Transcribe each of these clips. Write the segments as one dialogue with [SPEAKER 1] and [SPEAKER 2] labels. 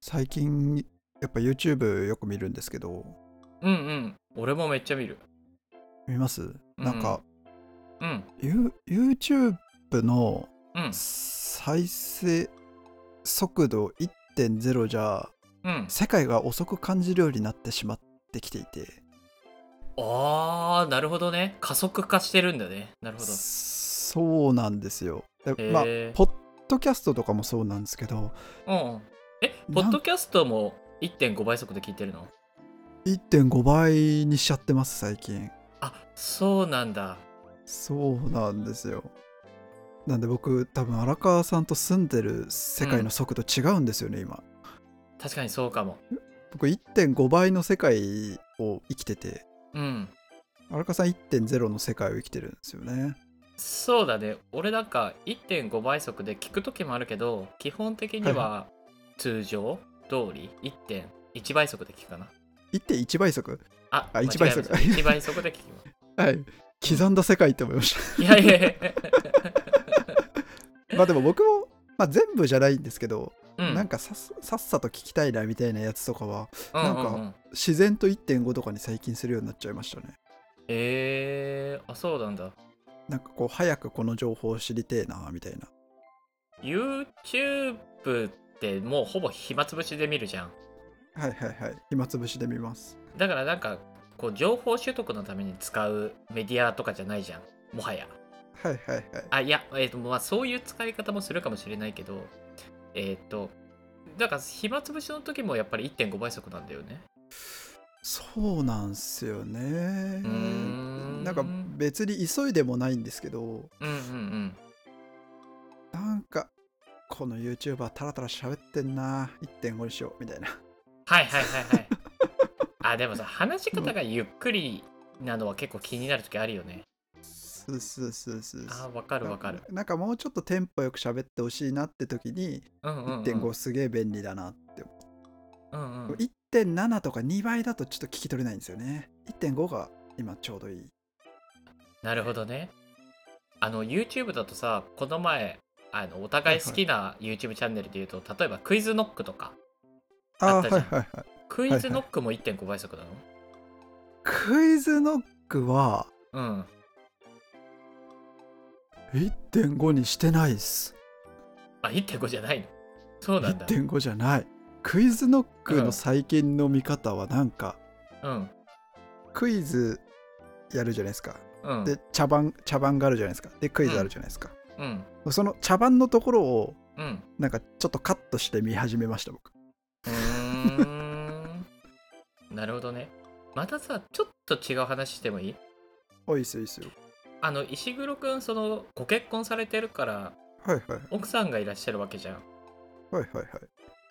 [SPEAKER 1] 最近やっぱ YouTube よく見るんですけど
[SPEAKER 2] うんうん。俺もめっちゃ見る。
[SPEAKER 1] 見ますなんか、
[SPEAKER 2] うん。
[SPEAKER 1] ユ YouTube の
[SPEAKER 2] うん。
[SPEAKER 1] 再生速度1.0じゃ
[SPEAKER 2] うん。
[SPEAKER 1] 世界が遅く感じるようになってしまってきていて
[SPEAKER 2] あー、なるほどね。加速化してるんだね。なるほど。
[SPEAKER 1] そうなんですよで
[SPEAKER 2] へー
[SPEAKER 1] まあポッドキャストとかもそうなんですけど
[SPEAKER 2] うんうん。え、ポ
[SPEAKER 1] なん
[SPEAKER 2] ッドキャストも1.5倍速で聞いてるの
[SPEAKER 1] 1.5倍にしちゃってます最近
[SPEAKER 2] あ、そうなんだ。
[SPEAKER 1] そうなんですよなんで僕多分荒川さんと住んでる世界の速度違うんですよね、今
[SPEAKER 2] 確かにそうかも。
[SPEAKER 1] 僕1.5倍の世界を生きてて
[SPEAKER 2] うん。
[SPEAKER 1] 荒川さん1.0の世界を生きてるんですよね
[SPEAKER 2] そうだね。俺なんか1.5倍速で聞くときもあるけど、基本的には通常通り1.1倍速で聞くかな。
[SPEAKER 1] 1.1倍速
[SPEAKER 2] あ、
[SPEAKER 1] あ1倍速
[SPEAKER 2] 1倍速で聞きま
[SPEAKER 1] はい刻んだ世界って思いまし
[SPEAKER 2] す。いやいやいや。
[SPEAKER 1] たまあでも僕も、まあ、全部じゃないんですけど、
[SPEAKER 2] う ん、
[SPEAKER 1] なんかさっさっさと聞きたいなみたいなやつとかは
[SPEAKER 2] うんうんうん
[SPEAKER 1] なんか自然と1.5とかに最近するようになっちゃいましたね
[SPEAKER 2] えー、あ、そうなんだ。
[SPEAKER 1] なんかこう早くこの情報を知りてえなみたいな
[SPEAKER 2] YouTube ってもうほぼ暇つぶしで見るじゃん。
[SPEAKER 1] はいはいはい暇つぶしで見ます
[SPEAKER 2] だからなんか、こう、情報取得のために使うメディアとかじゃないじゃん。もはや。
[SPEAKER 1] はいはいはい
[SPEAKER 2] あ、いや、えっ、と、まあ、そういう使い方もするかもしれないけど、えっ、と、だから暇つぶしの時もやっぱり1.5倍速なんだよね。
[SPEAKER 1] そうなんすよね
[SPEAKER 2] ーん
[SPEAKER 1] なんか別に急いでもないんですけど
[SPEAKER 2] うんうんうん。
[SPEAKER 1] なんかこの YouTuber タラタラ喋ってんな1.5にしようみたいな
[SPEAKER 2] はいはいはいはい。あ、でもさ、話し方がゆっくりなのは結構気になる時あるよね。
[SPEAKER 1] スースースースースー
[SPEAKER 2] あ、わかるわかる。
[SPEAKER 1] なんかもうちょっとテンポよく喋ってほしいなって時に
[SPEAKER 2] うんうん、うん。
[SPEAKER 1] 1.5すげえ便利だなって思
[SPEAKER 2] うん
[SPEAKER 1] う、
[SPEAKER 2] うん。
[SPEAKER 1] 1.7とか2倍だとちょっと聞き取れないんですよね1.5が今ちょうどいい
[SPEAKER 2] なるほどね。あの YouTube だとさ、この前、あのお互い好きな YouTube チャンネルで言うと、例えばクイズノックとか、
[SPEAKER 1] あ
[SPEAKER 2] あ
[SPEAKER 1] あ
[SPEAKER 2] っ
[SPEAKER 1] ー
[SPEAKER 2] たじ
[SPEAKER 1] はい
[SPEAKER 2] ゃん
[SPEAKER 1] はいはい
[SPEAKER 2] クイズノックも1.5倍速なの、
[SPEAKER 1] クイズノックは
[SPEAKER 2] うん。
[SPEAKER 1] 1.5にしてないっす
[SPEAKER 2] あ、1.5じゃないのそうなんだ。
[SPEAKER 1] 1.5じゃないクイズノック
[SPEAKER 2] う
[SPEAKER 1] の
[SPEAKER 2] ん
[SPEAKER 1] 最近の見方はなんか、
[SPEAKER 2] うん。
[SPEAKER 1] クイズやるじゃないですか
[SPEAKER 2] うん。
[SPEAKER 1] で茶番茶番があるじゃないですかでクイズあるじゃないですか、
[SPEAKER 2] うん。
[SPEAKER 1] その茶番のところを
[SPEAKER 2] うん。
[SPEAKER 1] なんかちょっとカットして見始めました僕
[SPEAKER 2] うーん。 なるほどね。またさ、ちょっと違う話してもいい
[SPEAKER 1] おいいっすよいいっすよ
[SPEAKER 2] あの、石黒くん、その、ご結婚されてるから、
[SPEAKER 1] はいはい
[SPEAKER 2] 奥さんがいらっしゃるわけじゃん。
[SPEAKER 1] はいはいはい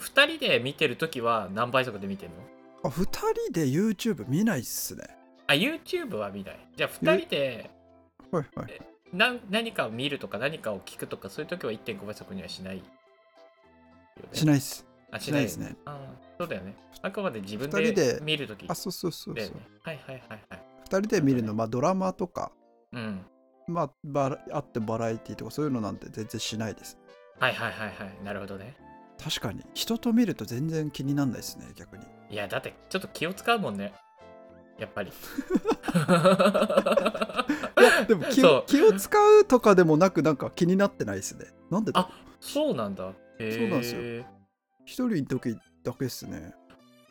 [SPEAKER 2] 2人で見てるときは何倍速で見てるの
[SPEAKER 1] あ2人で YouTube 見ないっすね
[SPEAKER 2] あ、YouTube は見ない。じゃあ、2人で
[SPEAKER 1] はいはい
[SPEAKER 2] 何何かを見るとか何かを聞くとか、そういうときは1.5倍速にはしないよね。
[SPEAKER 1] しないっす
[SPEAKER 2] あ
[SPEAKER 1] しないですね
[SPEAKER 2] ああそうだよね。あくまで自分
[SPEAKER 1] 二人で
[SPEAKER 2] で見るとき
[SPEAKER 1] あ
[SPEAKER 2] だよ
[SPEAKER 1] そうそうそうそう、
[SPEAKER 2] ね。はいはいはいはい。
[SPEAKER 1] 2人で見るのまあドラマとか
[SPEAKER 2] うん。
[SPEAKER 1] まあバラあってバラエティとかそういうのなんて全然しないです
[SPEAKER 2] はいはいはいはい。なるほどね。
[SPEAKER 1] 確かに人と見ると全然気になんないですね逆 に
[SPEAKER 2] いや、だってちょっと気を使うもんね。やっぱり。
[SPEAKER 1] いやでも気
[SPEAKER 2] そ
[SPEAKER 1] を
[SPEAKER 2] う
[SPEAKER 1] 気を使うとかでもなくなんか気になってないですねなんでだ
[SPEAKER 2] あそうなんだ。へえ
[SPEAKER 1] そうなんですよ。一人の時だけっすね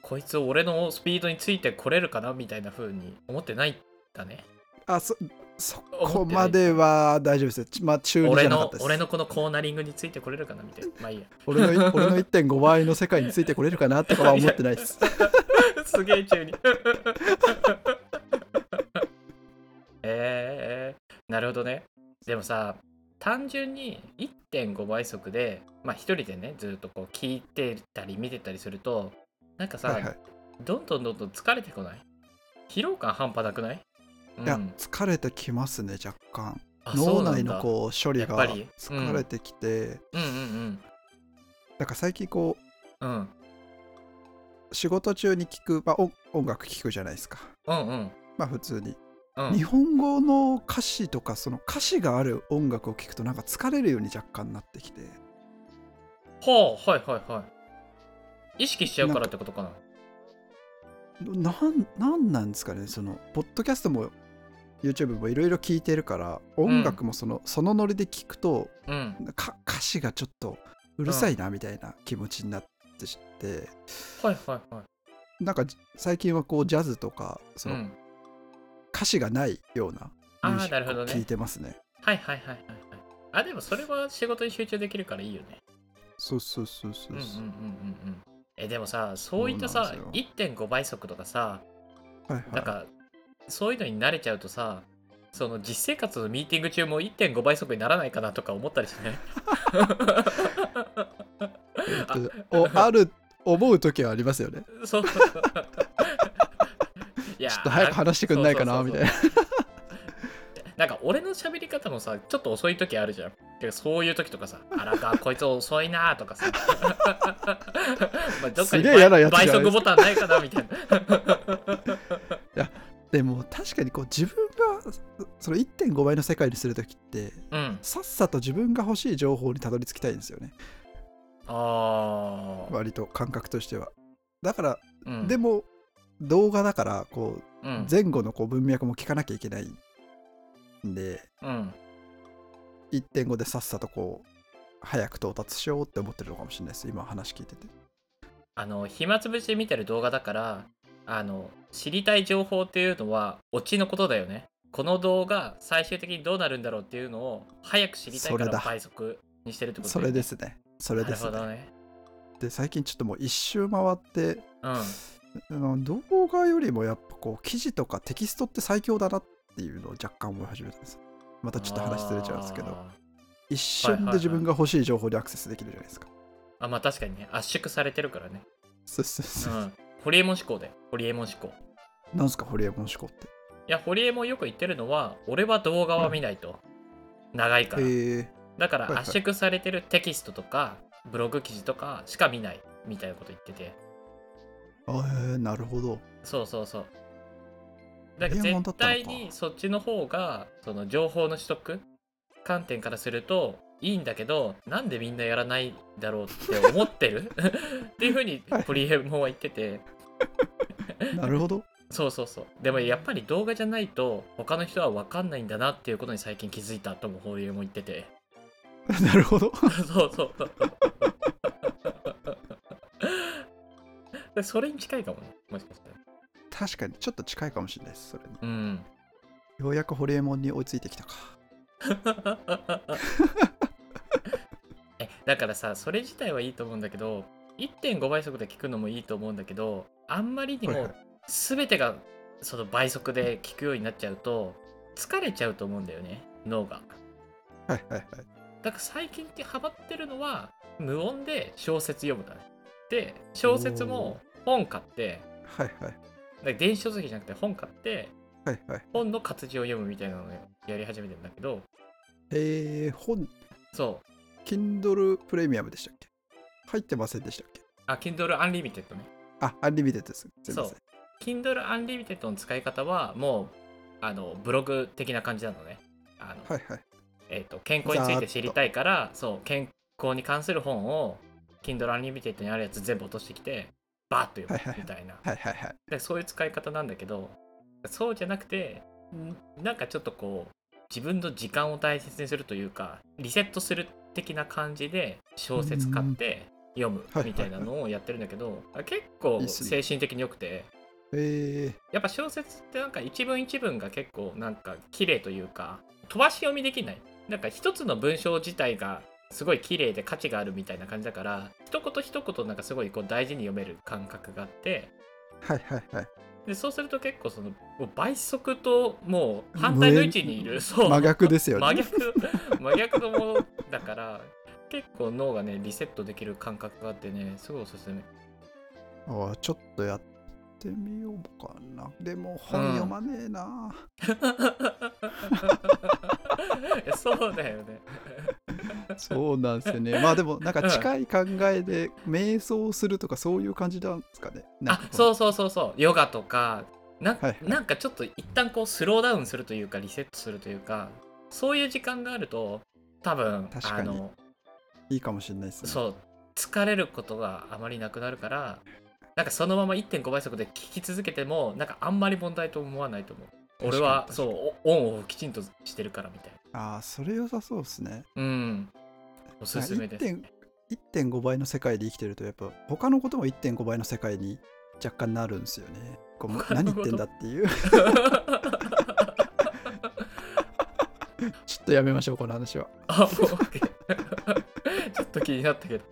[SPEAKER 2] こいつ俺のスピードについてこれるかなみたいな風に思ってないんだね。
[SPEAKER 1] あそそ
[SPEAKER 2] 思
[SPEAKER 1] こ
[SPEAKER 2] ってない
[SPEAKER 1] までは大丈夫ですよちまあ中二じ
[SPEAKER 2] 俺
[SPEAKER 1] ゃなかっ
[SPEAKER 2] の
[SPEAKER 1] たです
[SPEAKER 2] 俺のこのコーナリングについてこれるかなみたいな。 まあいいや。
[SPEAKER 1] 俺の い俺の1.5倍の世界についてこれるかなとかは思ってないです
[SPEAKER 2] すげえ急に。 えー、なるほどね。でもさ、単純に1.5倍速で、まあ一人でね、ずっとこう聞いてたり見てたりすると、なんかさ、
[SPEAKER 1] はい、はい
[SPEAKER 2] どんどんどんどん疲れてこない疲労感半端なくない、うん、
[SPEAKER 1] いや疲れてきますね若干
[SPEAKER 2] あ
[SPEAKER 1] 脳内の
[SPEAKER 2] そう
[SPEAKER 1] こう処理
[SPEAKER 2] やっぱ
[SPEAKER 1] が
[SPEAKER 2] りうん
[SPEAKER 1] 疲れてきて、
[SPEAKER 2] なんだ。うん
[SPEAKER 1] なんか最近こ
[SPEAKER 2] うんうん。
[SPEAKER 1] う仕事中に聞く、まあ、音音楽聞くじゃないですか
[SPEAKER 2] うんうん
[SPEAKER 1] まあ普通に、
[SPEAKER 2] うん。うん
[SPEAKER 1] 日本語の歌詞とかその歌詞がある音楽を聞くとなんか疲れるように若干なってきて
[SPEAKER 2] はあ、はいはいはい。意識しちゃうからってことかな
[SPEAKER 1] なんなんなんですかねそのポッドキャストも YouTube もいろいろ聞いてるから音楽もその,、そのノリで聞くと
[SPEAKER 2] うん
[SPEAKER 1] か歌詞がちょっとうるさいなみたいな気持ちになってして、
[SPEAKER 2] はいはいはい
[SPEAKER 1] なんかじ最近はこうジャズとかそうの、
[SPEAKER 2] ん
[SPEAKER 1] 歌詞がないような
[SPEAKER 2] あー
[SPEAKER 1] ミュージ
[SPEAKER 2] なるほ
[SPEAKER 1] ック
[SPEAKER 2] ど
[SPEAKER 1] を
[SPEAKER 2] ね
[SPEAKER 1] 聞いてますね
[SPEAKER 2] はいはいはいはいはいあでもそれは仕事に集中できるからいいよね
[SPEAKER 1] そうそうそうそううん
[SPEAKER 2] うんうん
[SPEAKER 1] そう、
[SPEAKER 2] うんうんえでもさそういったさ
[SPEAKER 1] そうなんで
[SPEAKER 2] 1.5倍速とかさ
[SPEAKER 1] はいはい
[SPEAKER 2] なんかそういうのに慣れちゃうとさその実生活のミーティング中も1.5倍速にならないかなとか思ったりしない
[SPEAKER 1] えっとおある思う時はありますよね
[SPEAKER 2] そういや
[SPEAKER 1] ちょっと早く話してくんないかなみたいな
[SPEAKER 2] な なんか俺の喋り方もさちょっと遅い時あるじゃんてかそういう時とかさ「あらかこいつ遅いな」とかさ まあどっか
[SPEAKER 1] す
[SPEAKER 2] に
[SPEAKER 1] げえ嫌なやつじゃないで
[SPEAKER 2] 倍
[SPEAKER 1] すか
[SPEAKER 2] 速ボタンないかなみたいな
[SPEAKER 1] でも確かにこう自分がその1.5倍の世界にする時って
[SPEAKER 2] うん
[SPEAKER 1] さっさと自分が欲しい情報にたどり着きたいんですよね
[SPEAKER 2] ああ、
[SPEAKER 1] 割と感覚としてはだから、
[SPEAKER 2] うん、
[SPEAKER 1] でも動画だからこう
[SPEAKER 2] うん、
[SPEAKER 1] 前後のこう文脈も聞かなきゃいけないんで
[SPEAKER 2] うん、
[SPEAKER 1] 1.5でさっさとこう早く到達しようって思ってるのかもしれないです今話聞いてて
[SPEAKER 2] あの暇つぶしで見てる動画だからあの知りたい情報っていうのはオチのことだよねこの動画最終的にどうなるんだろうっていうのを早く知りたいか
[SPEAKER 1] それ
[SPEAKER 2] ら
[SPEAKER 1] だ
[SPEAKER 2] 倍速にしてるってこと
[SPEAKER 1] そ
[SPEAKER 2] だよ
[SPEAKER 1] れ
[SPEAKER 2] ね
[SPEAKER 1] ですねそれです
[SPEAKER 2] なるほ
[SPEAKER 1] ね
[SPEAKER 2] どね
[SPEAKER 1] で最近ちょっともう一周回って
[SPEAKER 2] うん
[SPEAKER 1] あの動画よりもやっぱこう記事とかテキストって最強だなっていうのを若干思い始めたんですまたちょっと話ずれちゃうんですけど
[SPEAKER 2] あ
[SPEAKER 1] 一瞬で自分が欲しい情報にアクセスできるじゃないですか、
[SPEAKER 2] ーあまあ確かにね圧縮されてるからね
[SPEAKER 1] そうそうそうう、
[SPEAKER 2] んホリエモン思考でホリエモン思考
[SPEAKER 1] なんすかホリエモン思考って
[SPEAKER 2] いやホリエモンよく言ってるのは俺は動画は見ないと、長いから、
[SPEAKER 1] へえ
[SPEAKER 2] だか
[SPEAKER 1] はい
[SPEAKER 2] ら
[SPEAKER 1] はい
[SPEAKER 2] 圧縮されてるテキストとかブログ記事とかしか見ないみたいなこと言ってて
[SPEAKER 1] あへえなるほど
[SPEAKER 2] そうそうそうだから
[SPEAKER 1] ホリエモンだ
[SPEAKER 2] 絶
[SPEAKER 1] ったのか
[SPEAKER 2] 対にそっちの方がその情報の取得観点からするといいんだけどなんでみんなやらないだろうって思ってる っていうふうに
[SPEAKER 1] はい
[SPEAKER 2] ホリエモンは言ってて
[SPEAKER 1] なるほど
[SPEAKER 2] そうそうそうでもやっぱり動画じゃないと他の人は分かんないんだなっていうことに最近気づいたともホリエモン言って て
[SPEAKER 1] なるほど
[SPEAKER 2] そうそう そうでそれに近いかもねもしかしたら
[SPEAKER 1] 確かにちょっと近いかもしれないですそれに
[SPEAKER 2] うん
[SPEAKER 1] ようやくホリエモンに追いついてきたか
[SPEAKER 2] えだからさそれ自体はいいと思うんだけど1.5倍速で聞くのもいいと思うんだけどあんまりに
[SPEAKER 1] はいは
[SPEAKER 2] も
[SPEAKER 1] い
[SPEAKER 2] 全てがその倍速で聞くようになっちゃうと疲れちゃうと思うんだよね脳が
[SPEAKER 1] はいはいはい
[SPEAKER 2] だから最近ってハマってるのは無音で小説読むだねで小説も本買って
[SPEAKER 1] はいはい
[SPEAKER 2] だから電子書籍じゃなくて本買って
[SPEAKER 1] はいはい
[SPEAKER 2] 本の活字を読むみたいなのをやり始めてんだけど
[SPEAKER 1] えー、本
[SPEAKER 2] そう
[SPEAKER 1] Kindle プレミアムでしたっけ入ってませんでしたっけ
[SPEAKER 2] あ Kindle Unlimited ね
[SPEAKER 1] あアンリミテッドですすいません
[SPEAKER 2] そう Kindle Unlimited の使い方はもうあのブログ的な感じなのねあの、
[SPEAKER 1] はいはい
[SPEAKER 2] えー、と健康について知りたいからそう健康に関する本を Kindle Unlimited にあるやつ全部落としてきてバーッと読むみたいな、
[SPEAKER 1] はいはいはい
[SPEAKER 2] でそういう使い方なんだけどそうじゃなくてんなんかちょっとこう自分の時間を大切にするというかリセットする的な感じで小説買って読むみたいなのをやってるんだけど、結構
[SPEAKER 1] いいっすね
[SPEAKER 2] 精神的に良くて。
[SPEAKER 1] え
[SPEAKER 2] やっぱ小説ってなんか一文一文が結構なんか綺麗というか飛ばし読みできないなんか一つの文章自体がすごい綺麗で価値があるみたいな感じだから一言一言なんかすごいこう大事に読める感覚があって
[SPEAKER 1] ー、はいはいはい
[SPEAKER 2] でそうすると結構そのもう倍速ともう反対の位置にい
[SPEAKER 1] 無
[SPEAKER 2] る
[SPEAKER 1] 縁
[SPEAKER 2] そう
[SPEAKER 1] 真逆ですよね
[SPEAKER 2] 真逆真逆 のものだから結構脳がねリセットできる感覚があってねすごいおすすめ
[SPEAKER 1] ああちょっとやってみようかなでも本読まねえな、
[SPEAKER 2] いやそうだよね
[SPEAKER 1] そうなん ですよねまあでもなんか近い考えで瞑想するとかそういう感じなんですかねなん
[SPEAKER 2] あ
[SPEAKER 1] かこ
[SPEAKER 2] そうそうそうそうヨガとかな,、
[SPEAKER 1] はいはい
[SPEAKER 2] なんかちょっと一旦こうスローダウンするというかリセットするというかそういう時間があると多分
[SPEAKER 1] 確
[SPEAKER 2] あ
[SPEAKER 1] かに
[SPEAKER 2] の
[SPEAKER 1] いいかもしれないですね
[SPEAKER 2] そう疲れることがあまりなくなるからなんかそのまま1.5倍速で聞き続けてもなんかあんまり問題と思わないと思う俺は
[SPEAKER 1] 確か
[SPEAKER 2] そ
[SPEAKER 1] に
[SPEAKER 2] うオンオフきちんとしてるからみたい
[SPEAKER 1] ああ、それ良さそうですね。
[SPEAKER 2] なうんおすすめです
[SPEAKER 1] なんか1.5 1.5倍の世界で生きてると、やっぱ他のことも1.5倍の世界に若干なるんですよね。こう
[SPEAKER 2] 他の
[SPEAKER 1] 何
[SPEAKER 2] こと
[SPEAKER 1] 言ってんだっていう。 ちょっとやめましょう、この話は。
[SPEAKER 2] あもう OK ちょっと気になったけど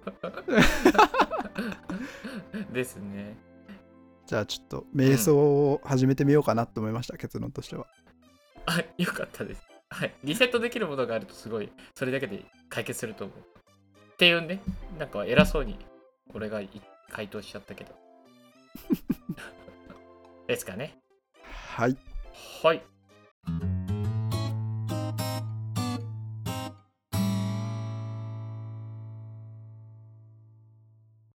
[SPEAKER 2] ですね
[SPEAKER 1] じゃあちょっと瞑想を始めてみようかなと思いました、結論としては。
[SPEAKER 2] あよかったですはいリセットできるものがあるとすごいそれだけで解決すると思うっていうねなんか偉そうに俺がい回答しちゃったけどですかね
[SPEAKER 1] はい。
[SPEAKER 2] はい